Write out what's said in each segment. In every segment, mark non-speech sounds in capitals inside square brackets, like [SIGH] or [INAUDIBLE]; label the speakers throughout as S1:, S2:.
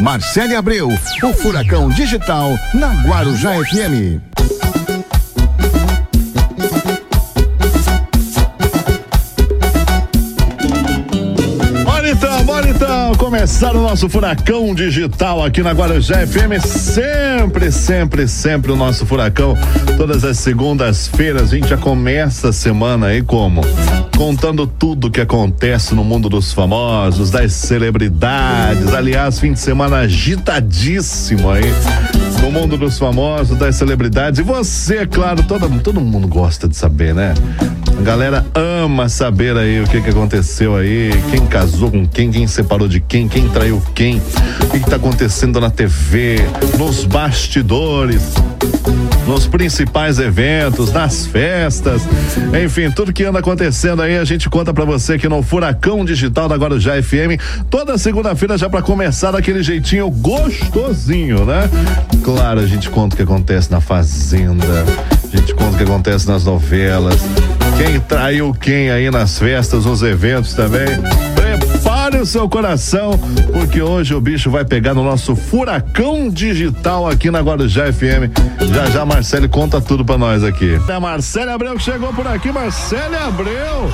S1: Marcele Abreu, o Furacão Digital, na Guarujá FM.
S2: Bora então, bora então começar o nosso furacão digital aqui na Guarujá FM. Sempre, sempre, sempre o nosso furacão. Todas as segundas-feiras a gente já começa a semana aí como? Contando tudo que acontece no mundo dos famosos, das celebridades. Aliás, fim de semana agitadíssimo aí. No mundo dos famosos, das celebridades. E você, é claro, todo, todo mundo gosta de saber, né? A galera ama saber aí o que, que aconteceu aí, quem casou com quem, quem separou de quem, quem traiu quem, o que, que tá acontecendo na TV, nos bastidores, nos principais eventos, nas festas, enfim, tudo que anda acontecendo aí a gente conta pra você aqui no Furacão Digital da Guarujá FM, toda segunda-feira já pra começar daquele jeitinho gostosinho, né? Claro, a gente conta o que acontece na Fazenda, a gente conta o que acontece nas novelas, quem traiu quem aí nas festas, nos eventos também. Prepare o seu coração, porque hoje o bicho vai pegar no nosso furacão digital aqui na Guarujá FM. Já já Marcelo conta tudo pra nós aqui. É a Marcele Abreu que chegou por aqui, Marcele Abreu.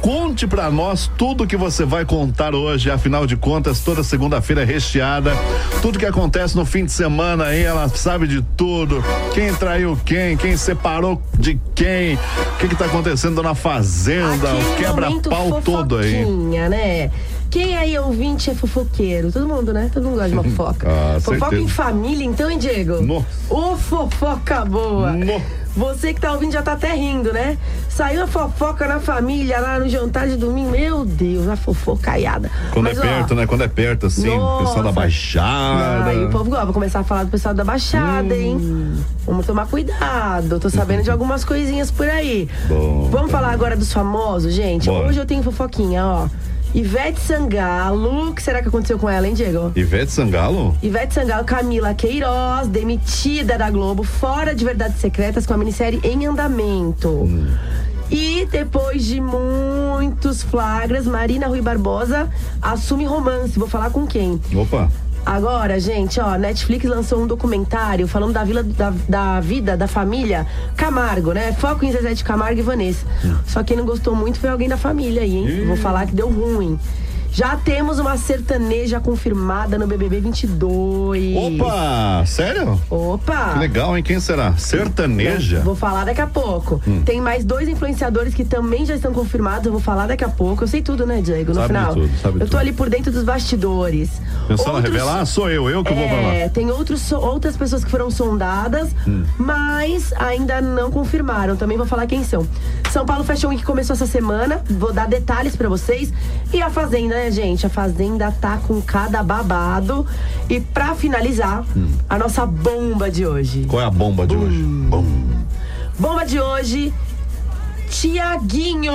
S2: Conte pra nós tudo que você vai contar hoje, afinal de contas, toda segunda-feira é recheada. Tudo que acontece no fim de semana aí, ela sabe de tudo. Quem traiu quem, quem separou de quem, o que, que tá acontecendo na fazenda, o
S3: Aquele é um momento
S2: é um quebra-pau todo aí.
S3: fofoquinha, né? Quem aí ouvinte é fofoqueiro? Todo mundo, né? Todo mundo gosta de uma
S2: [LAUGHS]
S3: fofoca.
S2: Ah,
S3: fofoca
S2: certeza.
S3: em família, então, hein, Diego?
S2: Nossa. Hum.
S3: Ô, fofoca boa!
S2: No-
S3: Você que tá ouvindo já tá até rindo, né? Saiu a fofoca na família lá no jantar de domingo. Meu Deus, a fofocaiada.
S2: Quando
S3: Mas,
S2: é
S3: ó,
S2: perto, né? Quando é perto, assim, o pessoal da
S3: Nossa.
S2: Baixada.
S3: Aí o povo gosta, vou começar a falar do pessoal da Baixada,
S2: Hum.
S3: hein? Vamos tomar cuidado, tô sabendo de algumas coisinhas por aí.
S2: Bom,
S3: Vamos falar agora dos famosos, gente?
S2: Bora.
S3: Hoje eu tenho fofoquinha, ó. Ivete Sangalo, o que será que aconteceu com ela, hein, Diego?
S2: Ivete Sangalo?
S3: Ivete Sangalo, Camila Queiroz, demitida da Globo, fora de Verdades Secretas com a minissérie em andamento.
S2: Hum.
S3: E depois de muitos flagras, Marina Rui Barbosa assume romance. Vou falar com quem?
S2: Opa.
S3: Agora, gente, ó, Netflix lançou um documentário falando da, vila, da, da vida da família Camargo, né? Foco em Zezé de Camargo e Vanessa. Só quem não gostou muito foi alguém da família aí, hein? Vou falar que deu ruim. Já temos uma sertaneja confirmada no BBB 22.
S2: Opa! Sério?
S3: Opa!
S2: Que legal, hein? Quem será? Sertaneja?
S3: Vou falar daqui a pouco.
S2: Hum.
S3: Tem mais dois influenciadores que também já estão confirmados. Eu vou falar daqui a pouco. Eu sei tudo, né, Diego? No
S2: Sabe de
S3: final.
S2: tudo, sabe
S3: eu tô
S2: tudo.
S3: ali por dentro dos bastidores.
S2: Pessoal,
S3: Outros-
S2: revelar? Ah, sou eu, eu que vou falar. Hum.
S3: É, tem outros, so- outras pessoas que foram sondadas, mas ainda não confirmaram. Também vou falar quem são. São Paulo Fashion Week começou essa semana, vou dar detalhes pra vocês. E a Fazenda, né, gente? A Fazenda tá com cada babado. E pra finalizar,
S2: Hum.
S3: a nossa bomba de hoje.
S2: Qual é a bomba de hoje? Bom.
S3: Bomba de hoje. Tiaguinho!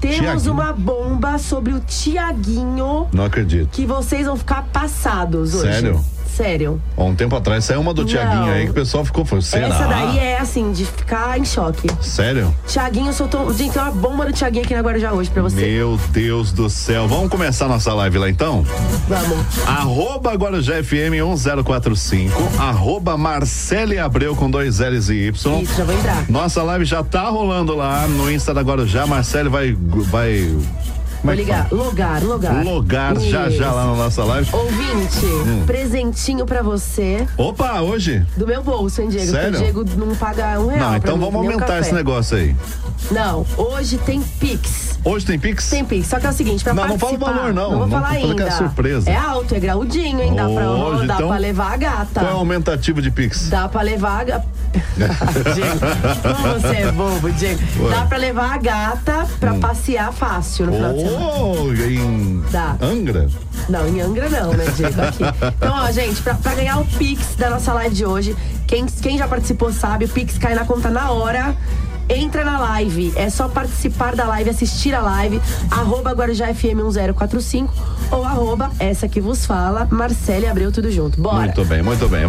S3: Temos
S2: Tiaguinho.
S3: uma bomba sobre o Tiaguinho
S2: Não acredito.
S3: que vocês vão ficar passados hoje.
S2: Sério?
S3: Sério.
S2: Há um tempo atrás saiu uma do
S3: Não.
S2: Tiaguinho aí que o pessoal ficou. Falou, será?
S3: Essa daí é assim, de ficar em choque.
S2: Sério?
S3: Tiaguinho soltou. Gente, tem uma bomba do Tiaguinho aqui na Guarujá hoje pra você.
S2: Meu Deus do céu. Vamos começar nossa live lá então?
S3: Vamos.
S2: Arroba Guarujá um FM 1045. Arroba Marcele Abreu com dois L's e Y.
S3: Isso, já vou entrar.
S2: Nossa live já tá rolando lá no Insta da Guarujá. Marcelo vai. vai é
S3: Vou ligar. Logar, logar.
S2: Logar já já lá Hum. na nossa live.
S3: Ouvinte, presentinho pra você
S2: Opa, hoje?
S3: do meu bolso, hein, Diego?
S2: Sério?
S3: Porque o Diego não paga um real.
S2: Não,
S3: pra
S2: então
S3: mim,
S2: vamos
S3: nem um
S2: aumentar
S3: café.
S2: esse negócio aí.
S3: Não, hoje tem Pix.
S2: Hoje tem Pix?
S3: Tem Pix. Só que é o seguinte, pra
S2: Não, não fala
S3: participar...
S2: o valor, não.
S3: Não vou
S2: Não,
S3: falar
S2: tô falando
S3: ainda.
S2: que é surpresa.
S3: É alto, é graudinho, hein? Dá, pra,
S2: Hoje,
S3: dá
S2: então,
S3: pra levar a gata.
S2: Qual é o aumentativo de Pix?
S3: Dá pra levar a gata. Como você é bobo, Diego.
S2: Ué.
S3: Dá pra levar a gata pra passear fácil no final de semana.
S2: Oh, em
S3: Dá.
S2: Angra?
S3: Não, em Angra não, né, Diego? Aqui. Então, ó, gente, pra, pra ganhar o Pix da nossa live de hoje, quem, quem já participou sabe, o Pix cai na conta na hora. Entra na live, é só participar da live, assistir a live, arroba Guarujá um FM 1045 ou arroba essa que vos fala, Marcele Abreu, tudo junto. Bora!
S2: Muito bem, muito bem.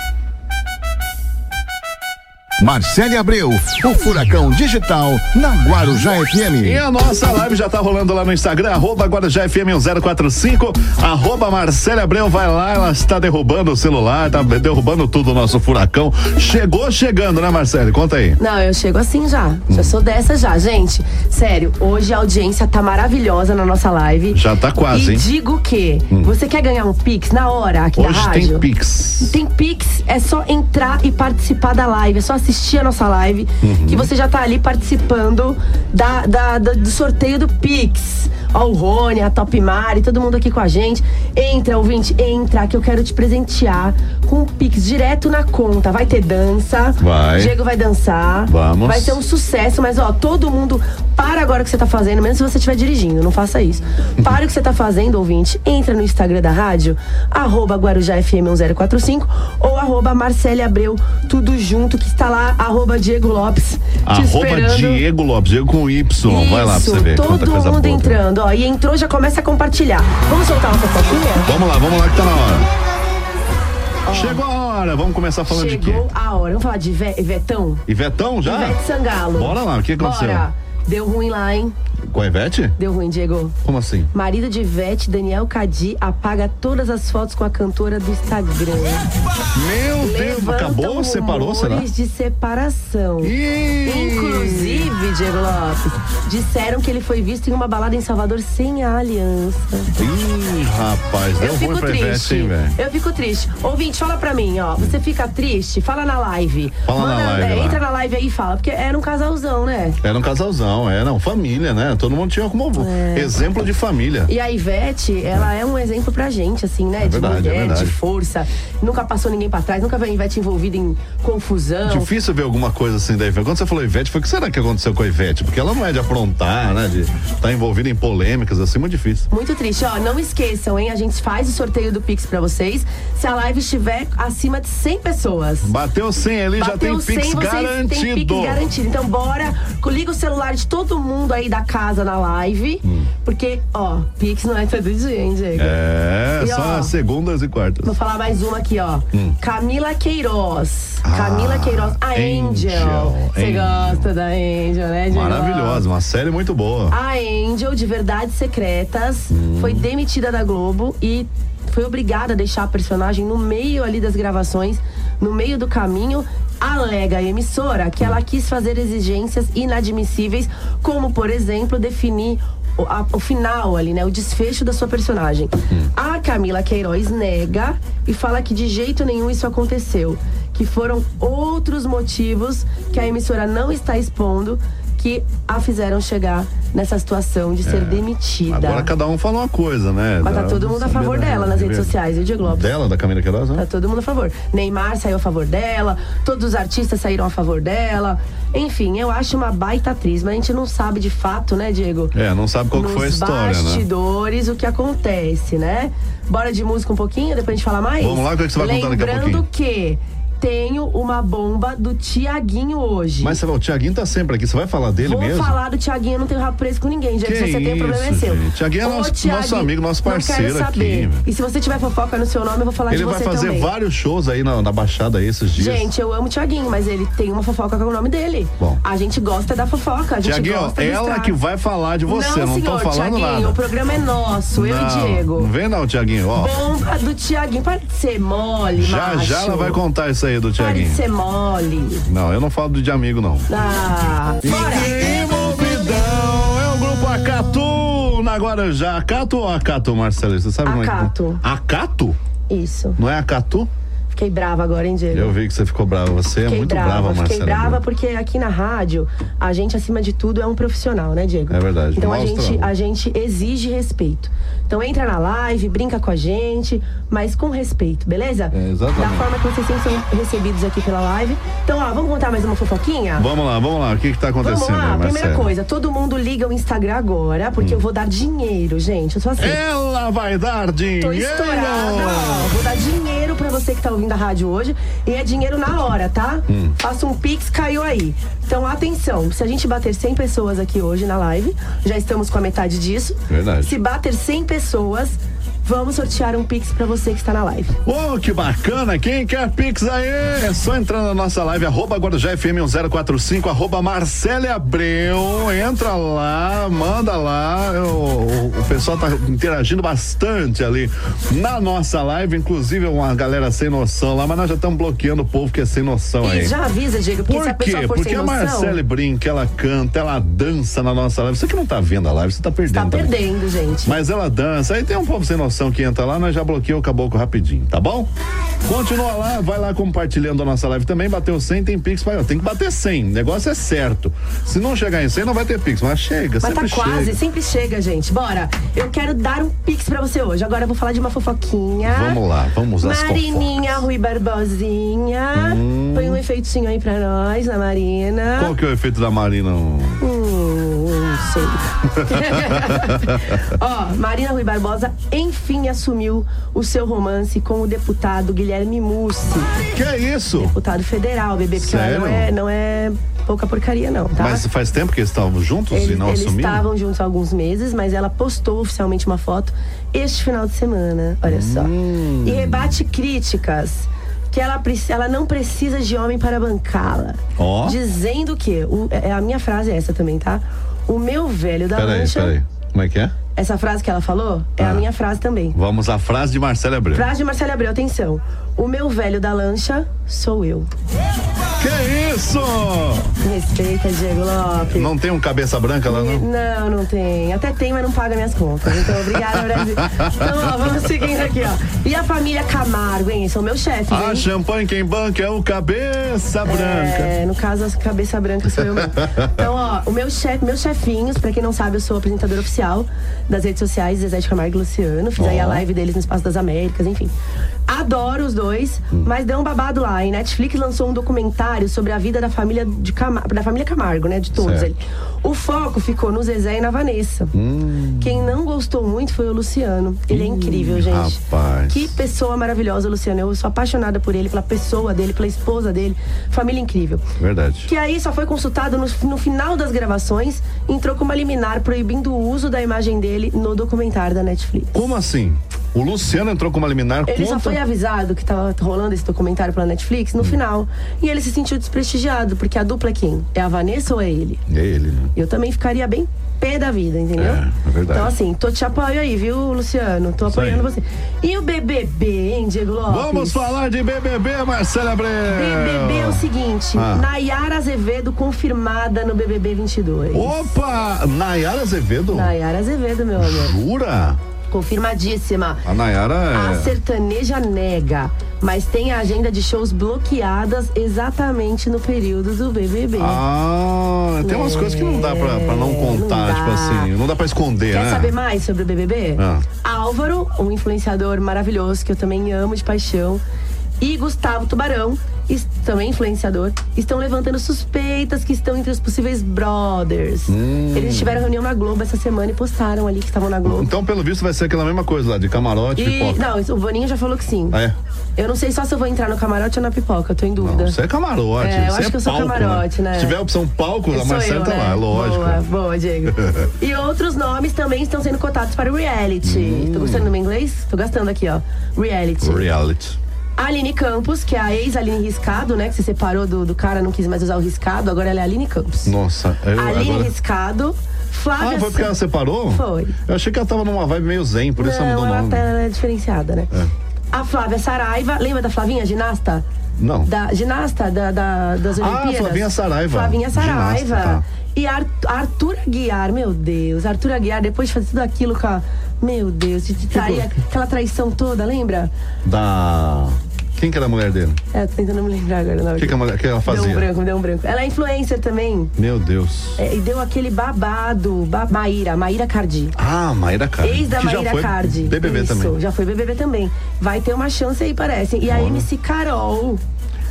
S1: Marcele Abreu, o Furacão Digital na Guarujá
S2: E
S1: FM.
S2: a nossa live já tá rolando lá no Instagram, arroba Guarujá FM 1045, arroba Marcela Abreu, vai lá, ela está derrubando o celular, tá derrubando tudo o nosso furacão. Chegou chegando, né, Marcele? Conta aí.
S3: Não, eu chego assim já. Já sou dessa já, gente. Sério, hoje a audiência tá maravilhosa na nossa live.
S2: Já tá quase,
S3: e
S2: hein? Hum.
S3: digo que você quer ganhar um Pix na hora aqui da
S2: Hoje
S3: rádio?
S2: tem Pix.
S3: Tem Pix, é só entrar e participar da live, é só assistir a nossa live,
S2: Uhum.
S3: que você já tá ali participando da, da- da- do sorteio do Pix. Ó, o Rony, a Top Mari, todo mundo aqui com a gente. Entra, ouvinte, entra, que eu quero te presentear com o Pix direto na conta. Vai ter dança.
S2: Vai.
S3: Diego vai dançar.
S2: Vamos.
S3: Vai ser um sucesso, mas ó, todo mundo para agora o que você tá fazendo, mesmo se você estiver dirigindo, não faça isso.
S2: Uhum.
S3: Para o que você tá fazendo, ouvinte, entra no Instagram da rádio, arroba Guarujá um FM 1045 ou arroba Marcele Abreu, tudo junto, que está lá, arroba Diego Lopes, te
S2: Arroba
S3: esperando.
S2: Diego Lopes, Diego com Y. vai lá pra
S3: Isso,
S2: você ver. quanta
S3: todo
S2: coisa
S3: mundo
S2: boa.
S3: entrando, ó, e entrou, já começa a compartilhar. Vamos soltar uma fofoquinha?
S2: Vamos lá, vamos lá que tá na hora. Chegou a hora, vamos começar falando de quê?
S3: Chegou a hora, vamos falar de Ive- Ivetão?
S2: Ivetão já?
S3: Ivete Sangalo.
S2: Bora lá, o que aconteceu?
S3: Bora. Deu ruim lá, hein?
S2: Com a Ivete?
S3: Deu ruim, Diego.
S2: Como assim?
S3: Marido de Ivete, Daniel Cadi, apaga todas as fotos com a cantora do Instagram.
S2: Meu Deus,
S3: Levantam
S2: acabou ou separou, será?
S3: rumores de separação.
S2: Ih!
S3: Inclusive, Diego Lopes, disseram que ele foi visto em uma balada em Salvador sem a aliança.
S2: Ih, rapaz, deu
S3: Eu
S2: ruim
S3: fico
S2: pra Ivete,
S3: triste.
S2: hein, velho?
S3: Eu fico triste. Ouvinte, fala pra mim, ó. Você fica triste? Fala na live.
S2: Fala na live
S3: é,
S2: lá.
S3: entra na live aí e fala. Porque era um casalzão, né?
S2: Era um casalzão, é, não, família, né? Todo mundo tinha como
S3: É.
S2: exemplo de família.
S3: E a Ivete, ela é um exemplo pra gente, assim, né? de
S2: verdade, é
S3: mulher,
S2: verdade.
S3: de força. Nunca passou ninguém pra trás, nunca viu a Ivete envolvida em confusão.
S2: Difícil ver alguma coisa assim da Ivete. Quando você falou Ivete, foi o que será que aconteceu com a Ivete? Porque ela não é de aprontar, né? De estar envolvida em polêmicas, assim, muito difícil.
S3: Muito triste, ó. Não esqueçam, hein? A gente faz o sorteio do Pix pra vocês se a live estiver acima de 100 pessoas.
S2: Bateu 100 ali, já tem
S3: Bateu 100,
S2: Pix
S3: vocês
S2: garantido.
S3: Tem Pix garantido. Então, bora, liga o celular de todo mundo aí da casa na live. Porque, ó, Pix não é todo dia, hein, Diego?
S2: Hum. É,
S3: E,
S2: só
S3: ó,
S2: segundas e quartas.
S3: Vou falar mais uma aqui, ó. Camila Queiroz.
S2: Hum. Ah,
S3: Camila Queiroz, a
S2: Angel,
S3: Angel. Você
S2: Angel.
S3: gosta da Angel, né, Diego?
S2: Maravilhosa, uma série muito boa.
S3: A Angel, de Verdades Secretas,
S2: Hum.
S3: foi demitida da Globo e foi obrigada a deixar a personagem no meio ali das gravações, no meio do caminho. Alega a emissora que ela quis fazer exigências inadmissíveis, como, por exemplo, definir o, a- o final ali, né? O desfecho da sua personagem. A Camila Queiroz nega e fala que de jeito nenhum isso aconteceu. Que foram outros motivos que a emissora não está expondo que a fizeram chegar nessa situação de ser demitida.
S2: Agora cada um fala uma coisa, né?
S3: Mas tá todo mundo a favor dela nas redes sociais, eu digo, Lopes.
S2: Dela, da Camila Queiroz,
S3: Tá
S2: né?
S3: todo mundo a favor. Neymar saiu a favor dela, todos os artistas saíram a favor dela. Enfim, eu acho uma baita atriz, mas a gente não sabe de fato, né, Diego?
S2: É, não sabe qual que
S3: Nos
S2: foi a história, né?
S3: bastidores, o que acontece, né? Bora de música um pouquinho, depois a gente fala mais?
S2: Vamos lá, o que é que você vai contar
S3: Lembrando
S2: daqui a pouquinho?
S3: que tenho uma bomba do Tiaguinho hoje.
S2: Mas você fala, o Thiaguinho tá sempre aqui, você vai falar dele
S3: Vou
S2: mesmo?
S3: falar do Tiaguinho, eu não tenho rabo preso com ninguém, gente.
S2: Que
S3: Se você tem, o problema é
S2: isso,
S3: seu.
S2: gente. Tiaguinho é
S3: Ô,
S2: nosso- nosso amigo, nosso
S3: não quero
S2: parceiro aqui,
S3: saber.
S2: velho.
S3: E se você tiver fofoca no seu nome, eu vou falar
S2: Ele
S3: de
S2: vai
S3: você
S2: fazer
S3: também.
S2: vários shows aí na, na Baixada aí esses dias.
S3: Gente, eu amo o Tiaguinho, mas ele tem uma fofoca com o nome dele.
S2: Bom.
S3: A gente gosta da fofoca, a gente
S2: Tiaguinho, ó,
S3: gosta do
S2: ela
S3: estrago.
S2: que vai falar de você, não
S3: não
S2: estão
S3: senhor,
S2: falando
S3: Tiaguinho, o
S2: nada.
S3: programa é nosso, eu
S2: não,
S3: e Diego.
S2: Não vem não, Tiaguinho, ó.
S3: Bomba do Tiaguinho, para de ser mole,
S2: já
S3: macho.
S2: já ela vai contar isso aí do
S3: Para de
S2: Tiaguinho.
S3: ser mole.
S2: Não, eu não falo do de amigo, não.
S3: Ah, bora.
S2: Que movidão! É o grupo Acatu! Na Guarujá. Acato ou Acato, Marcelo? Você sabe como é que-
S3: Acato.
S2: Acato?
S3: Isso.
S2: Não é Acatu?
S3: Fiquei brava agora, hein, Diego?
S2: Eu vi que você ficou brava. Você é
S3: Fiquei
S2: muito
S3: brava,
S2: brava,
S3: fiquei
S2: Marcelo.
S3: brava porque aqui na rádio a gente, acima de tudo, é um profissional, né, Diego?
S2: É verdade,
S3: Então a
S2: maus
S3: gente,
S2: trabalhos.
S3: a gente exige respeito. Então entra na live, brinca com a gente, mas com respeito, beleza?
S2: É, exatamente.
S3: Da forma que vocês sempre são recebidos aqui pela live. Então, ó, vamos contar mais uma fofoquinha?
S2: Vamos lá, vamos lá. O que que tá acontecendo,
S3: Vamos lá,
S2: aí,
S3: primeira
S2: Marcelo?
S3: coisa, todo mundo liga o Instagram agora, porque eu vou dar dinheiro, gente. Eu sou assim.
S2: Ela vai dar
S3: Tô
S2: dinheiro!
S3: estourada. ó. Vou dar dinheiro pra você que tá ouvindo a rádio hoje. E é dinheiro na hora, tá?
S2: Hum.
S3: Faça um pix, caiu aí. Então, atenção. Se a gente bater 100 pessoas aqui hoje na live, já estamos com a metade disso.
S2: Verdade.
S3: Se bater 100 pessoas, vamos sortear um Pix pra você que está na live.
S2: Ô, que bacana! Quem quer Pix aí? É só entrar na nossa live, arroba Guarujá um FM 1045, arroba Marcele Abreu. Entra lá, manda lá. Eu- o, o pessoal tá interagindo bastante ali na nossa live, inclusive uma galera sem noção lá, mas nós já estamos bloqueando o povo que é sem noção aí.
S3: E já avisa, Diego, porque se
S2: Por
S3: a
S2: quê?
S3: pessoa for
S2: Porque
S3: sem
S2: a é
S3: noção,
S2: Marcele brinca, ela canta, ela dança na nossa live. Você que não tá vendo a live, você tá perdendo.
S3: tá
S2: também.
S3: perdendo, gente.
S2: Mas ela dança. Aí tem um povo sem noção que entra lá, nós já bloqueou o caboclo rapidinho, tá bom? Continua lá, vai lá compartilhando a nossa live também. Bateu 100, tem Pix. Vai, ó, tem que bater 100. O negócio é certo. Se não chegar em 100, não vai ter Pix. Mas chega,
S3: Mas tá
S2: sempre
S3: quase,
S2: chega.
S3: sempre chega, gente. Bora. Eu quero dar um pix pra você hoje. Agora eu vou falar de uma fofoquinha.
S2: Vamos lá, Hum. vamos às
S3: Marininha Rui Barbosinha. Põe um efeitinho aí pra nós, na Marina.
S2: Qual que é o efeito da Marina?
S3: Hum, não
S2: [LAUGHS]
S3: sei. Ó, Marina Rui Barbosa enfim assumiu o seu romance com o deputado Guilherme Mussi,
S2: Que é isso?
S3: deputado federal, bebê, porque ela
S2: Sério?
S3: não é, não é pouca porcaria, não, tá?
S2: Mas faz tempo que eles estavam juntos e
S3: Eles,
S2: não
S3: eles
S2: assumiram?
S3: estavam juntos há alguns meses, mas ela postou oficialmente uma foto este final de semana. Olha só.
S2: Hum.
S3: E rebate críticas que ela, preci- ela não precisa de homem para bancá-la.
S2: Ó.
S3: Dizendo que. o- é- a minha frase é essa também, tá? O meu velho da
S2: Peraí,
S3: mancha.
S2: peraí. Como é que é?
S3: Essa frase que ela falou é
S2: Ah.
S3: a minha frase também.
S2: Vamos à frase de Marcela Abreu.
S3: Frase de Marcela Abreu, atenção. O meu velho da lancha sou eu.
S2: Que é isso?
S3: Me Respeita, Diego Lopes.
S2: Não tem um cabeça branca lá, não?
S3: Não, não tem. Até tem, mas não paga minhas contas. Então, obrigada, Brasil. Então, ó, vamos seguindo aqui, ó. E a família Camargo, hein? São meus chefes,
S2: Ah,
S3: hein?
S2: champanhe quem banca é o cabeça branca.
S3: É, no caso, as cabeça branca sou eu mesmo. Então, ó, o meu chefe, meus chefinhos, pra quem não sabe, eu sou apresentadora oficial das redes sociais, Zezé de Camargo e Luciano. Fiz aí a
S2: Ó.
S3: live deles no Espaço das Américas, enfim. Adoro os dois,
S2: Hum.
S3: mas deu um babado lá. E Netflix lançou um documentário sobre a vida da família, de Camar da família Camargo, né? De todos
S2: Certo. Hum.
S3: ali. O foco ficou no Zezé e na Vanessa. Quem não gostou muito foi o Luciano. Ele é incrível, gente.
S2: rapaz.
S3: Que pessoa maravilhosa, o Luciano. Eu sou apaixonada por ele, pela pessoa dele, pela esposa dele. Família incrível.
S2: Verdade.
S3: Que aí só foi consultado no, no final das gravações, entrou com uma liminar proibindo o uso da imagem dele no documentário da Netflix.
S2: Como assim? O Luciano entrou com uma liminar
S3: Ele só
S2: contra-
S3: foi avisado que tava rolando esse documentário pela Netflix no final. E ele se sentiu desprestigiado, porque a dupla é quem? É a Vanessa ou é ele?
S2: É ele, né?
S3: Eu também ficaria bem pé da vida, entendeu?
S2: É, é verdade.
S3: Então, assim, tô te apoio aí, viu, Luciano? Tô
S2: Isso aí.
S3: apoiando você. E o BBB, hein, Diego Lopes?
S2: Vamos falar de BBB, Marcela Abreu.
S3: BBB é o seguinte,
S2: Ah.
S3: Nayara Azevedo confirmada no BBB 22.
S2: Opa! Nayara Azevedo?
S3: Nayara Azevedo, meu amor.
S2: Jura?
S3: Confirmadíssima.
S2: A Nayara
S3: A
S2: é...
S3: sertaneja nega, mas tem a agenda de shows bloqueadas exatamente no período do BBB.
S2: Ah, tem umas
S3: É,
S2: coisas que não dá pra, pra não contar,
S3: não
S2: tipo
S3: dá.
S2: assim. Não dá pra esconder,
S3: Quer
S2: né?
S3: saber mais sobre o BBB?
S2: Ah.
S3: Álvaro, um influenciador maravilhoso que eu também amo de paixão, e Gustavo Tubarão, is- também influenciador, estão levantando suspeitas que estão entre os possíveis brothers.
S2: Hum.
S3: Eles tiveram reunião na Globo essa semana e postaram ali que estavam
S2: [LAUGHS]
S3: na Globo.
S2: Então, pelo visto, vai ser aquela mesma coisa lá, de camarote,
S3: E,
S2: pipoca.
S3: não, isso- o Boninho já falou que sim.
S2: Ah, é?
S3: Eu não sei só se eu vou entrar no camarote ou na pipoca, eu tô em dúvida.
S2: Não, você é camarote.
S3: É, eu
S2: você
S3: acho
S2: é
S3: que eu sou
S2: palco,
S3: camarote, né?
S2: Se tiver a opção palco, a
S3: Sou
S2: Marcela
S3: eu,
S2: tá
S3: né?
S2: lá, lógico.
S3: Boa,
S2: [LAUGHS]
S3: boa, Diego. e outros nomes também estão sendo cotados para o reality.
S2: Hum.
S3: Tô gostando do meu inglês? Tô gastando aqui, ó. Reality.
S2: Reality.
S3: Aline Campos, que é a ex-Aline Riscado, né? Que se separou do, do cara, não quis mais usar o riscado, agora ela é a Aline Campos.
S2: Nossa, eu
S3: Aline
S2: agora.
S3: Riscado, Flávia.
S2: Ah, foi porque ela
S3: Santos-
S2: separou?
S3: Foi.
S2: Eu achei que ela tava numa vibe meio zen, por isso ela
S3: Não,
S2: mudou o
S3: ela
S2: nome. É.
S3: tá ela é diferenciada, né? A Flávia Saraiva, lembra da Flavinha, ginasta?
S2: Não.
S3: Da ginasta da, da- das
S2: Ah,
S3: Olimpíadas.
S2: Flavinha Saraiva.
S3: Flavinha Saraiva.
S2: Ginasta, tá.
S3: E Ar Arthur Aguiar, meu Deus. Arthur Aguiar, depois de fazer tudo aquilo com a. Meu Deus, de trair aquela traição toda, lembra?
S2: Da. Quem que era a mulher dele?
S3: É, tô tentando me lembrar agora. não.
S2: O que, que, a mulher- que ela
S3: Deu um
S2: fazia?
S3: branco, deu um branco. Ela é influencer também.
S2: Meu Deus.
S3: É, e deu aquele babado. Ba Maíra, Maíra Cardi.
S2: Ah, Maíra Cardi.
S3: Ex da
S2: que já
S3: Maíra
S2: foi
S3: Cardi.
S2: BBB
S3: Isso,
S2: também.
S3: já foi BBB também. Vai ter uma chance aí, parece. E a
S2: Olha.
S3: MC Carol.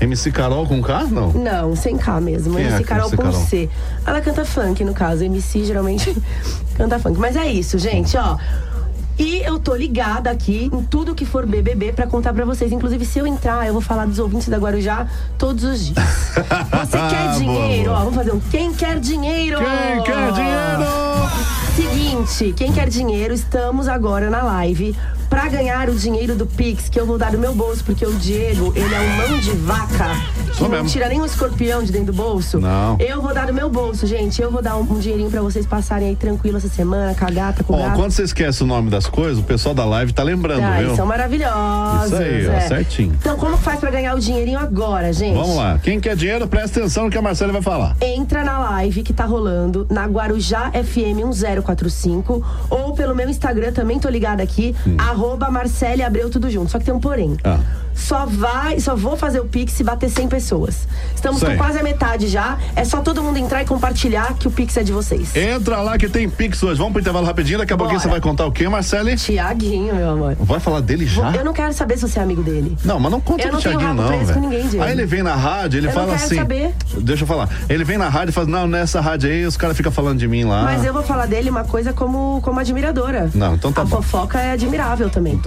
S2: MC Carol com K? Não.
S3: Não, sem K mesmo.
S2: Quem é
S3: MC
S2: a
S3: Carol
S2: MC
S3: com
S2: Carol?
S3: C. Ela canta funk, no caso. MC geralmente [LAUGHS] canta funk. Mas é isso, gente, ó. E eu tô ligada aqui em tudo que for BBB pra contar pra vocês. Inclusive, se eu entrar, eu vou falar dos ouvintes da Guarujá todos os
S2: [LAUGHS]
S3: dias. Você quer
S2: Boa,
S3: dinheiro?
S2: boa.
S3: Ó, vamos fazer um Quem Quer Dinheiro?
S2: Quem quer dinheiro?
S3: Seguinte, quem quer dinheiro, estamos agora na live pra pra ganhar o dinheiro do Pix, que eu vou dar do meu bolso, porque o Diego, ele é um mão de vaca, que
S2: Sou
S3: não
S2: mesmo.
S3: tira nem um escorpião de dentro do bolso.
S2: Não.
S3: Eu vou dar do meu bolso, gente. Eu vou dar um, um dinheirinho pra vocês passarem aí tranquilo essa semana, com a gata, com o
S2: Ó,
S3: gato.
S2: quando você esquece o nome das coisas, o pessoal da live tá lembrando,
S3: Ah,
S2: viu?
S3: são maravilhosos.
S2: Isso aí, ó, certinho.
S3: Então, como faz pra ganhar o dinheirinho agora, gente?
S2: Vamos lá. Quem quer dinheiro, presta atenção no que a Marcela vai falar.
S3: Entra na live que tá rolando na Guarujá um FM 1045 ou pelo meu Instagram, também tô ligada aqui, arroba Marcele Abreu tudo junto. Só que tem um porém.
S2: Hum. Ah.
S3: Só vai, só vou fazer o Pix se bater 100 pessoas. Estamos
S2: Isso aí.
S3: com quase a metade já. É só todo mundo entrar e compartilhar que o Pix é de vocês.
S2: Entra lá que tem Pix hoje. Vamos pro intervalo rapidinho. Daqui a pouquinho você
S3: Bora.
S2: vai contar o quê, Marcele?
S3: Tiaguinho, meu amor.
S2: Vai falar dele já?
S3: Eu não quero saber se você é amigo dele.
S2: Não, mas não conta
S3: Eu
S2: do
S3: não tenho
S2: Thiaguinho,
S3: rabo
S2: não,
S3: preso
S2: velho.
S3: com ninguém, Diego.
S2: Aí ele vem na rádio, ele
S3: Eu não
S2: fala
S3: quero
S2: assim.
S3: saber.
S2: Deixa eu falar. Ele vem na rádio e fala, não, nessa rádio aí os caras ficam falando de mim lá.
S3: Mas eu vou falar dele uma coisa como, como admiradora.
S2: Ah. Não, então tá
S3: a
S2: bom.
S3: fofoca é admirável também.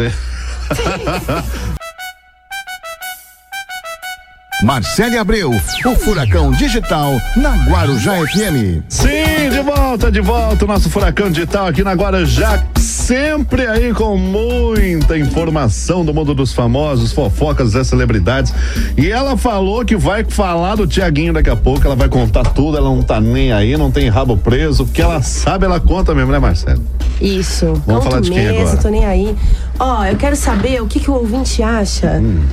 S1: Marcele Abreu, o Furacão Digital na Guarujá FM.
S2: Sim, de volta, de volta, o nosso furacão digital aqui na Guarujá, sempre aí com muita informação do mundo dos famosos, fofocas das celebridades. E ela falou que vai falar do Tiaguinho daqui a pouco, ela vai contar tudo, ela não tá nem aí, não tem rabo preso, o que ela sabe, ela conta mesmo, né, Marcelo?
S3: Isso. Vamos
S2: falar de quem
S3: mesmo,
S2: agora?
S3: tô nem aí. Ó, eu quero saber o que, que o ouvinte acha.
S2: Hum.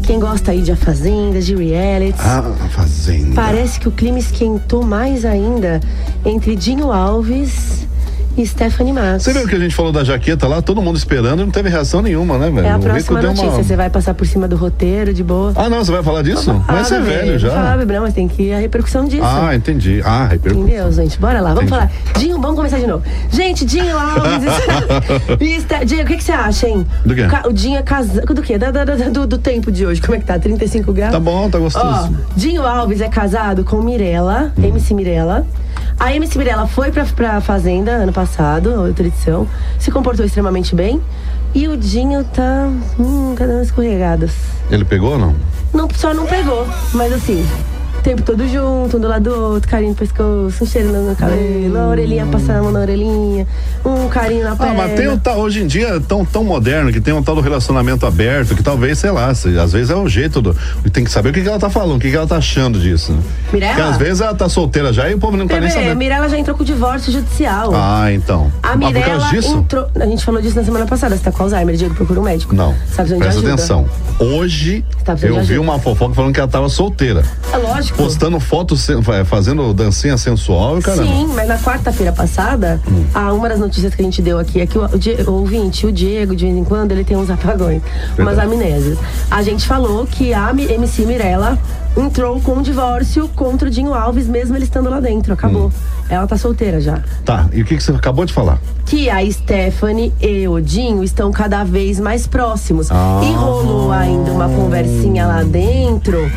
S3: Quem gosta aí de A Fazenda, de reality.
S2: Ah, a fazenda.
S3: Parece que o clima esquentou mais ainda entre Dinho Alves e Stephanie Matos.
S2: Você viu que a gente falou da jaqueta lá, todo mundo esperando e não teve reação nenhuma, né, velho?
S3: É
S2: O
S3: a
S2: Rico
S3: próxima
S2: deu uma-
S3: notícia. Você vai passar por cima do roteiro, de boa.
S2: Ah, não, você vai falar disso? Mas você é
S3: Ah,
S2: velho já.
S3: Vou falar, Bebê, não, mas tem que ir a repercussão disso.
S2: Ah, entendi. Ah, repercussão.
S3: Entendeu, gente? Bora lá, vamos
S2: Entendi.
S3: falar. Dinho, vamos começar de novo. Gente, Dinho Alves.
S2: [LAUGHS]
S3: e Ste- Dinho, o que, que você acha, hein?
S2: Do quê?
S3: O ca- O Dinho é casado. Do quê? Da- da- da- do, do tempo de hoje. Como é que tá? 35 graus?
S2: Tá bom, tá
S3: Ó,
S2: gostoso.
S3: Dinho Alves é casado com Mirella,
S2: Hum.
S3: MC Mirella. A MC Mirella foi pra, pra Fazenda ano passado, a outra edição. Se comportou extremamente bem. E o Dinho tá. Hum, tá dando escorregadas.
S2: Ele pegou ou não?
S3: Não, só não pegou, mas assim, o tempo todo junto, um do lado do outro, carinho no pescoço, um cheiro no cabelo, a orelhinha passando a mão na orelhinha, um carinho na
S2: Hum. Ah,
S3: perna.
S2: mas tem um tal, hoje em dia é tão, tão moderno que tem um tal do relacionamento aberto que talvez, sei lá, se- às vezes é um jeito do. Tem que saber o que, que ela tá falando, o que, que ela tá achando disso. né?
S3: Mirella?
S2: Porque às vezes ela tá solteira já e o povo não tá nem
S3: Bebê, a
S2: sabendo.
S3: Mirella já entrou com o divórcio judicial.
S2: Ah, então.
S3: A
S2: ah, por causa
S3: Mirella
S2: disso?
S3: entrou. A gente falou disso na semana passada. Você tá com Alzheimer, Diego, procura um médico.
S2: Não.
S3: Sabe onde
S2: Presta
S3: ajuda?
S2: atenção. Hoje
S3: Tá precisando
S2: eu
S3: de
S2: vi
S3: ajuda.
S2: uma fofoca falando que ela tava solteira.
S3: É lógico.
S2: Postando fotos, sen- fa- fazendo dancinha sensual e caramba.
S3: Sim, mas na quarta-feira passada, a- uma das notícias que a gente deu aqui é que o, o Die- o ouvinte, o Diego, de vez em quando, ele tem uns apagões, umas amnésias. A gente falou que a Mi- MC Mirella entrou com um divórcio contra o Dinho Alves, mesmo ele estando lá dentro. Acabou. Ela tá solteira já.
S2: Tá, e o que, que você acabou de falar?
S3: Que a Stephanie e o Dinho estão cada vez mais próximos.
S2: Ah.
S3: E rolou ainda uma conversinha lá dentro.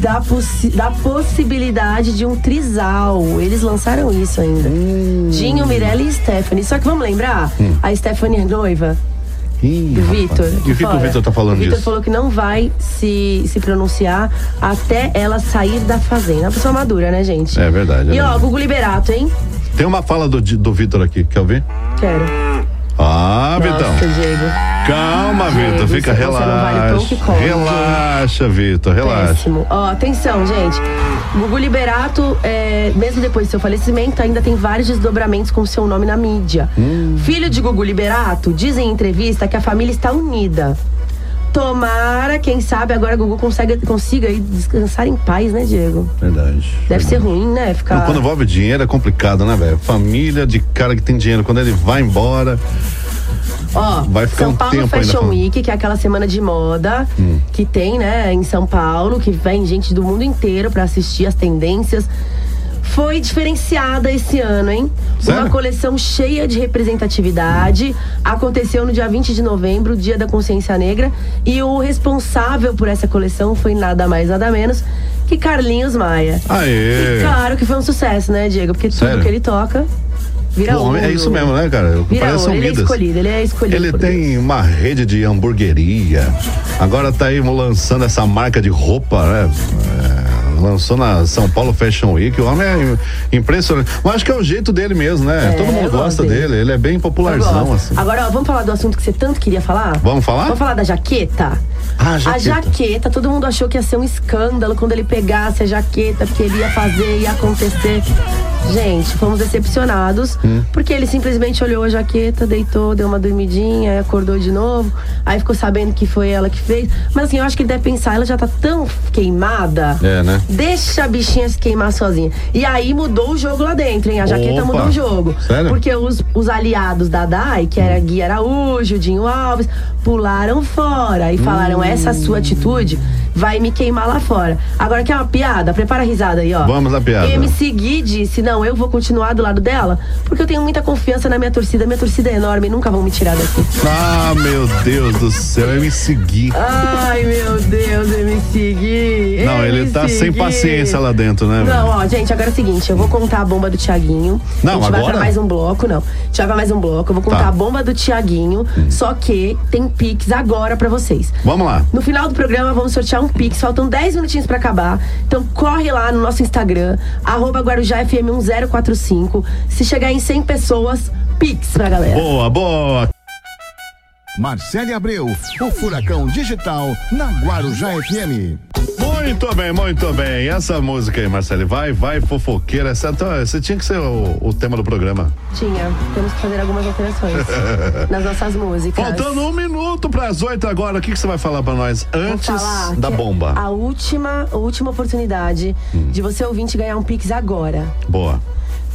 S3: Da, possi- da possibilidade de um trisal. Eles lançaram isso ainda.
S2: Hum.
S3: Dinho, Mirella e Stephanie. Só que vamos lembrar, a Stephanie é noiva
S2: Ih, Hum. Ah,
S3: do
S2: rapaz.
S3: Vitor.
S2: E o que, que o
S3: Fora.
S2: Vitor tá falando
S3: O Vitor
S2: disso?
S3: falou que não vai se, se pronunciar até ela sair da fazenda. É uma pessoa madura, né, gente?
S2: É verdade, é
S3: E ó,
S2: verdade.
S3: Gugu Liberato, hein?
S2: Tem uma fala do, Di- do Vitor aqui, quer ouvir?
S3: Quero.
S2: Ah, Vitão.
S3: Nossa, Diego.
S2: Calma, Vitor,
S3: Diego,
S2: fica
S3: você não vale
S2: relaxa.
S3: pão que come,
S2: relaxa, Vitor, relaxa.
S3: Péssimo. Ó, atenção, gente. Gugu Liberato, é, mesmo depois do seu falecimento, ainda tem vários desdobramentos com seu nome na mídia.
S2: Hum.
S3: Filho de Gugu Liberato diz em entrevista que a família está unida. Tomara, quem sabe agora Gugu consegue, consiga aí descansar em paz, né, Diego?
S2: Verdade.
S3: Deve
S2: verdade.
S3: ser ruim, né? Ficar.
S2: Não, Quando envolve dinheiro é complicado, né, velho? Família de cara que tem dinheiro, quando ele vai embora.
S3: Ó,
S2: Vai ficar
S3: São
S2: um
S3: Paulo
S2: tempo ainda
S3: Fashion
S2: falando. Hum.
S3: Week, que é aquela semana de moda que tem, né, em São Paulo, que vem gente do mundo inteiro pra assistir as tendências. Foi diferenciada esse ano, hein?
S2: Sério?
S3: Uma coleção cheia de representatividade. Aconteceu no dia 20 de novembro, dia da consciência negra. E o responsável por essa coleção foi nada mais, nada menos que Carlinhos Maia.
S2: Aê!
S3: E claro que foi um sucesso, né, Diego? Porque tudo
S2: É. Sério?
S3: que ele toca vira
S2: Bom,
S3: ouro.
S2: é isso mesmo, né, cara?
S3: Vira
S2: Parece
S3: ouro.
S2: são
S3: Ele é
S2: vidas.
S3: escolhido, ele é escolhido.
S2: Ele
S3: por Deus.
S2: tem uma rede de hamburgueria. Agora tá aí lançando essa marca de roupa, né? lançou na São Paulo Fashion Week. O homem é impressionante. Mas acho que é o jeito dele mesmo, né?
S3: É,
S2: Todo mundo
S3: eu gosto
S2: gosta
S3: dele.
S2: dele. Ele é bem
S3: Eu gosto.
S2: popularzão, assim.
S3: Agora, ó, vamos falar do assunto que você tanto queria falar?
S2: Vamos falar?
S3: Vamos falar da jaqueta?
S2: Ah, a
S3: A
S2: jaqueta.
S3: jaqueta, todo mundo achou que ia ser um escândalo quando ele pegasse a jaqueta, porque ele ia fazer, ia acontecer. Gente, fomos decepcionados,
S2: Hum.
S3: porque ele simplesmente olhou a jaqueta, deitou, deu uma dormidinha, aí acordou de novo, aí ficou sabendo que foi ela que fez. Mas assim, eu acho que ele deve pensar, ela já tá tão queimada.
S2: É, né?
S3: Deixa a bichinha se queimar sozinha. E aí mudou o jogo lá dentro, hein? A
S2: Opa!
S3: jaqueta mudou o jogo.
S2: Sério? Hum.
S3: Porque os, os aliados da DAI, que era Gui Araújo, Dinho Alves, pularam fora e
S2: Hum.
S3: falaram: essa sua atitude vai me queimar lá fora. Agora quer uma piada? Prepara a risada aí, ó.
S2: Vamos à piada.
S3: MC Gui disse: não, eu vou continuar do lado dela, porque eu tenho muita confiança na minha torcida. Minha torcida é enorme, nunca vão me
S2: [LAUGHS]
S3: tirar daqui.
S2: Ah, meu Deus do céu, eu me segui.
S3: Ah, Ai, meu Deus, MC Gui.
S2: Não, ele tá
S3: MC
S2: sem
S3: Gui.
S2: paciência lá dentro, né?
S3: Não, ó, gente, agora é o seguinte, eu vou contar a bomba do Tiaguinho.
S2: Não,
S3: a gente vai
S2: agora?
S3: pra mais um bloco, não. A gente vai pra mais um bloco, eu vou contar
S2: Tá. Hum.
S3: a bomba do Tiaguinho, só que tem Pix agora pra vocês.
S2: Vamos lá.
S3: No final do programa, vamos sortear um Pix. Faltam 10 minutinhos pra acabar. Então, corre lá no nosso Instagram, arroba guarujafm1045. Se chegar em 100 pessoas, Pix pra galera.
S2: Boa, boa.
S1: Marcele Abreu, o Furacão Digital na Guarujá FM.
S2: Muito bem, muito bem. Essa música aí, Marcelo, vai, vai, fofoqueira. Essa, então, essa tinha que ser o, o tema do programa.
S3: Tinha, temos que fazer algumas
S2: [LAUGHS]
S3: alterações nas nossas músicas.
S2: Faltando um minuto para as oito agora, o que, que você vai falar para nós
S3: Vou
S2: antes
S3: falar
S2: da
S3: que é
S2: bomba? Hum.
S3: A última, a última oportunidade de você ouvinte ganhar um Pix agora.
S2: Boa.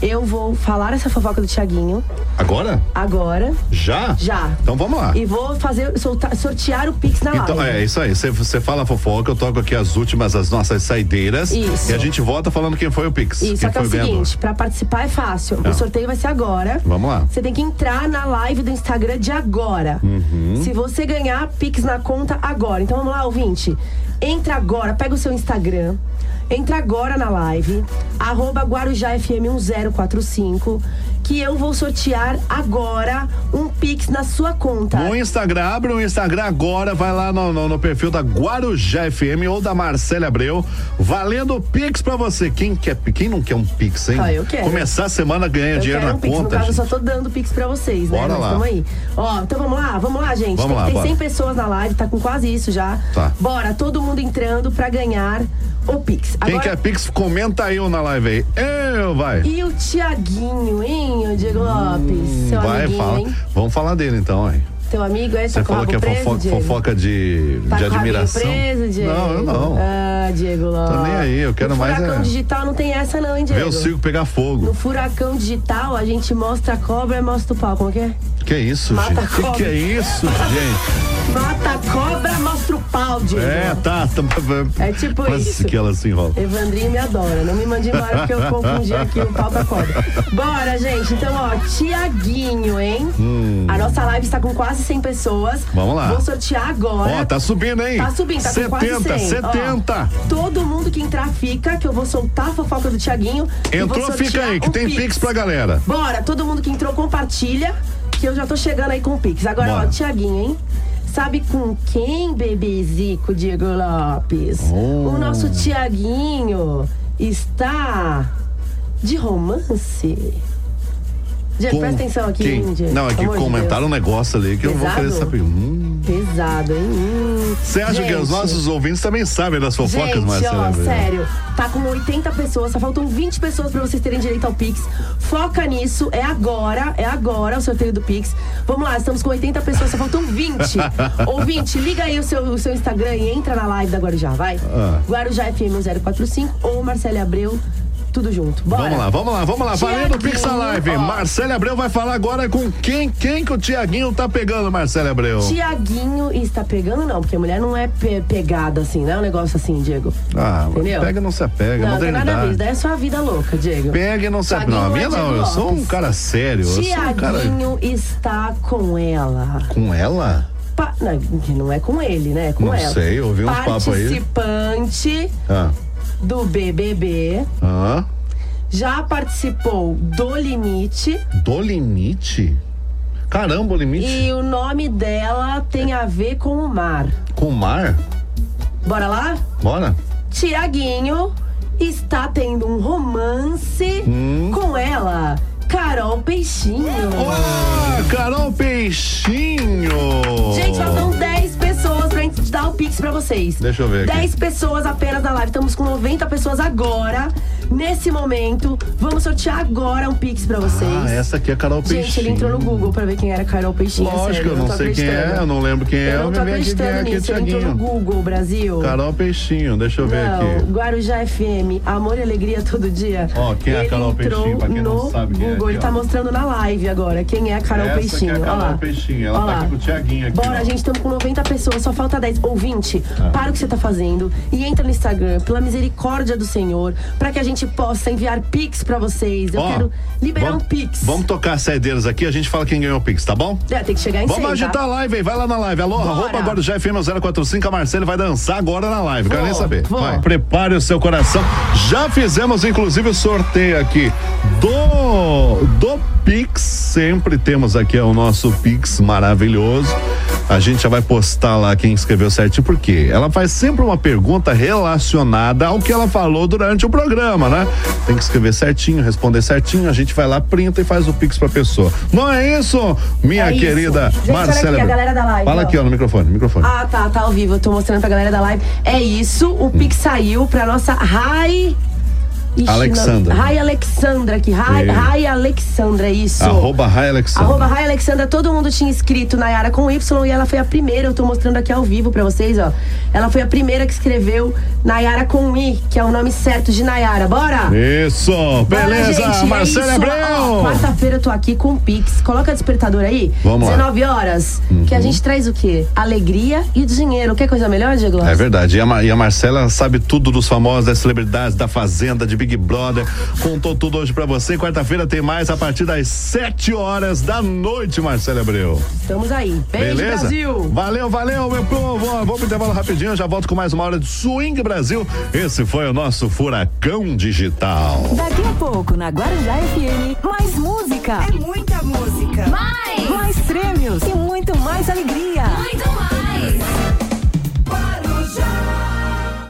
S3: Eu vou falar essa fofoca do Tiaguinho
S2: Agora?
S3: agora
S2: Já?
S3: Já.
S2: Então vamos lá.
S3: e vou fazer soltar, sortear o Pix na
S2: Então
S3: live.
S2: é isso aí. Você- Você fala a fofoca, eu toco aqui as últimas, as nossas saideiras.
S3: Isso.
S2: E a gente volta falando quem foi o Pix.
S3: Isso,
S2: quem
S3: só que é
S2: foi
S3: o
S2: ganhador.
S3: seguinte, pra participar é fácil.
S2: Tá.
S3: O sorteio vai ser agora.
S2: Vamos lá.
S3: Você tem que entrar na live do Instagram de agora.
S2: Uhum.
S3: Se você ganhar, Pix na conta agora. Então vamos lá, ouvinte. Entra agora, pega o seu Instagram. Entra agora na live, arroba guarujafm1045, que eu vou sortear agora um Pix na sua conta.
S2: No Instagram, abre o Instagram agora, vai lá no, no- no perfil da Guarujá FM ou da Marcela Abreu, valendo o Pix pra você. Quem, quer, quem não quer um Pix, hein?
S3: Ah, eu quero.
S2: Começar a semana ganha
S3: Eu
S2: dinheiro
S3: quero
S2: na
S3: um pix,
S2: conta.
S3: no caso, eu só
S2: gente.
S3: tô dando pix pra vocês, né?
S2: Bora
S3: Mas
S2: lá.
S3: tamo aí. Ó, então vamos lá, vamos lá, gente.
S2: Vamos
S3: tem
S2: lá,
S3: tem
S2: bora.
S3: 100 pessoas na live, tá com quase isso já.
S2: Tá.
S3: Bora, todo mundo entrando pra ganhar o pix.
S2: Quem
S3: Agora-
S2: quer Pix, comenta eu na live aí. Eu, vai.
S3: E o Tiaguinho, hein, o Diego Lopes? Seu
S2: Hum, vai,
S3: amiguinho,
S2: fala.
S3: hein?
S2: Vamos falar dele então, hein?
S3: Teu amigo é?
S2: Você
S3: tá com o
S2: falou que
S3: rabo
S2: é
S3: preso,
S2: fofoca,
S3: Diego?
S2: fofoca de,
S3: Tá
S2: de
S3: com o rabinho
S2: admiração.
S3: preso, Diego?
S2: Não, eu não.
S3: Ah, Diego Lopes.
S2: nem aí, eu quero
S3: no
S2: mais
S3: Furacão
S2: é-
S3: digital não tem essa não, hein,
S2: Vê
S3: Diego?
S2: o circo pegar
S3: No
S2: fogo.
S3: furacão digital, a gente mostra a cobra e mostra o pau. Como que é?
S2: Que isso,
S3: Mata a
S2: gente? Que,
S3: cobra.
S2: que é isso,
S3: [LAUGHS]
S2: gente?
S3: Mata a cobra, mostra o pau, Diego.
S2: É, tá. tá
S3: É tipo
S2: Mas
S3: isso.
S2: que ela se enrola.
S3: Evandrinho me adora. Não me mande embora porque eu confundi aqui o pau com a cobra. Bora, gente. Então, ó, Tiaguinho, hein? A nossa live está com quase 100 pessoas.
S2: Hum. Vamos lá.
S3: Vou sortear agora.
S2: Ó, tá subindo, hein?
S3: Tá subindo, tá
S2: 70,
S3: com quase 100.
S2: 70.
S3: Ó, todo mundo que entrar fica, que eu vou soltar a fofoca do Tiaguinho. e vou
S2: Entrou, fica
S3: sortear
S2: aí, que
S3: um
S2: tem pix. pra galera.
S3: Bora, todo mundo que entrou, compartilha, que eu já tô chegando aí com o Pix. Agora,
S2: Bora.
S3: ó, Tiaguinho, hein? Sabe com quem, bebezico Diego Lopes?
S2: Oh.
S3: O nosso Tiaguinho está de romance. Diego,
S2: Com
S3: presta atenção aqui,
S2: quem?
S3: hein, Diego?
S2: Não, é que
S3: Pelo amor de
S2: comentaram um negócio ali que eu vou
S3: Pesado?
S2: querer saber. Hum.
S3: Deus. Pesado, hein? Hum.
S2: Você acha que é
S3: Gente,
S2: os nossos ouvintes também sabem das fofocas,
S3: Gente,
S2: Marcela?
S3: ó, sério, tá com 80 pessoas, só faltam 20 pessoas pra vocês terem direito ao Pix. Foca nisso, é agora, é agora o sorteio do Pix. Vamos lá, estamos com 80 pessoas, só
S2: [LAUGHS]
S3: faltam 20. Ouvinte, liga aí o seu, o seu Instagram e entra na live da Guarujá, vai.
S2: Ah.
S3: Guarujá um FM 045 ou Marcele Abreu, tudo junto. Bora.
S2: Vamos lá, vamos lá, vamos lá. Valendo o Pix da
S3: Tiaguinho,
S2: Live.
S3: ó.
S2: Marcelo Abreu vai falar agora com quem? Quem que o Tiaguinho tá pegando, Marcelo Abreu?
S3: Tiaguinho está pegando, não, porque mulher não é pe- pegada assim, não é um negócio assim, Diego.
S2: Ah,
S3: Entendeu?
S2: pega e não se apega,
S3: Não, não tem nada a ver, isso
S2: modernidade.
S3: daí é sua vida louca, Diego.
S2: Pega e não se apega. Não, a minha
S3: Tiaguinho é
S2: não,
S3: de
S2: eu sou um
S3: Lopes.
S2: cara sério. Eu sou um cara
S3: Tiaguinho está com ela.
S2: com ela?
S3: Pa- Não, que não é com ele, né? É com
S2: Não
S3: ela.
S2: sei, eu ouvi uns papos aí.
S3: Participante
S2: Ah,
S3: do BBB.
S2: ah.
S3: Já participou do Limite.
S2: Do limite? Caramba, o limite
S3: E o nome dela tem a ver com o mar.
S2: com o mar?
S3: Bora lá?
S2: Bora?
S3: Tiaguinho está tendo um romance
S2: Hum?
S3: com ela, Carol Peixinho.
S2: Olá, Carol Peixinho!
S3: Gente, faltam 10 pessoas pra gente dar o pix pra vocês.
S2: Deixa eu ver aqui.
S3: 10 pessoas apenas na live. Estamos com 90 pessoas agora, nesse momento. Vamos sortear agora um pix pra vocês.
S2: Ah, essa aqui é a Carol Peixinho.
S3: Gente, ele entrou no Google pra ver quem era Carol Peixinho.
S2: Lógico,
S3: sério,
S2: eu não
S3: tô
S2: sei quem é,
S3: acreditando.
S2: eu não lembro quem é.
S3: Eu não tô
S2: vim aqui, vim
S3: acreditando
S2: aqui,
S3: nisso. Ele entrou no
S2: Thiaguinho.
S3: Google, Brasil.
S2: Carol Peixinho, deixa eu ver
S3: Não,
S2: aqui.
S3: Guarujá FM, amor e alegria todo dia.
S2: Ó, quem é a
S3: Ele
S2: Carol
S3: entrou
S2: Peixinho, pra quem não
S3: no
S2: sabe quem é
S3: Google,
S2: aqui,
S3: ele
S2: ó.
S3: tá mostrando na live agora quem é a Carol
S2: Essa que é a
S3: Peixinho.
S2: Carol
S3: ó lá.
S2: Peixinho, ela
S3: Ó
S2: tá
S3: lá.
S2: aqui com o Thiaguinho aqui,
S3: Bora,
S2: ó.
S3: gente, estamos com 90 pessoas, só falta 10. Ou 20,
S2: Ah.
S3: para o que você tá fazendo e entra no Instagram, pela misericórdia do Senhor, pra que a gente possa enviar pix pra vocês. Eu
S2: Ó,
S3: quero liberar
S2: vamos,
S3: um pix.
S2: Vamos tocar as saideiras aqui, a gente fala quem ganhou o Pix, tá bom?
S3: É, tem que chegar em
S2: Vamos
S3: cem, tá?
S2: agitar a live, hein? Vai lá na live. Alô,
S3: Bora.
S2: arroba agora o GFM 045. A Marcele vai dançar agora na live. Quero
S3: Vou,
S2: nem saber.
S3: vou.
S2: Vai. Prepare o seu coração. Já fizemos, inclusive, o sorteio aqui do, do Pix. Sempre temos aqui é o nosso Pix maravilhoso. A gente já vai postar lá quem escreveu certinho, porque ela faz sempre uma pergunta relacionada ao que ela falou durante o programa, né? Tem que escrever certinho, responder certinho. A gente vai lá, printa e faz o pix pra pessoa. Não é isso, minha
S3: É isso.
S2: querida
S3: Gente, olha
S2: Marcela?
S3: aqui, a galera da live,
S2: Fala
S3: ó.
S2: aqui, ó, no microfone, microfone.
S3: Ah, tá, tá ao vivo. Eu tô mostrando pra galera da live. É isso, o Pix saiu pra nossa Rai. Ixi,
S2: Alexandra.
S3: não- Rai Alexandra aqui. Rai,
S2: É.
S3: Rai Alexandra, é isso.
S2: Arroba Rai Alexandre.
S3: Arroba Rai Alexandra, todo mundo tinha escrito Nayara com Y e ela foi a primeira, eu tô mostrando aqui ao vivo pra vocês, ó. Ela foi a primeira que escreveu Nayara com I, que é o nome certo de Nayara. Bora!
S2: Isso, beleza,
S3: Bora, gente,
S2: Marcelo
S3: é isso. Ó,
S2: Abreu.
S3: Quarta-feira eu tô aqui com o Pix. Coloca despertador aí.
S2: Vamos lá. Uhum.
S3: 19 horas. Que a gente traz o quê? Alegria e dinheiro. Quer coisa melhor, Diego?
S2: É verdade. E a, Ma- e a Marcela sabe tudo dos famosos, das celebridades, da Fazenda, de Big Brother. Contou tudo hoje pra você. Quarta-feira tem mais a partir das 7 horas da noite, Marcela Abreu.
S3: Estamos aí. Beijo,
S2: Beleza?
S3: Brasil.
S2: Valeu, valeu, meu povo. Ó, Vamos pro intervalo rapidinho, eu já volto com mais uma hora de Swing Brasil. Esse foi o nosso Furacão Digital.
S4: Daqui a pouco, na Guarujá FM, mais música,
S5: É muita música.
S4: mais prêmios e muito mais alegria.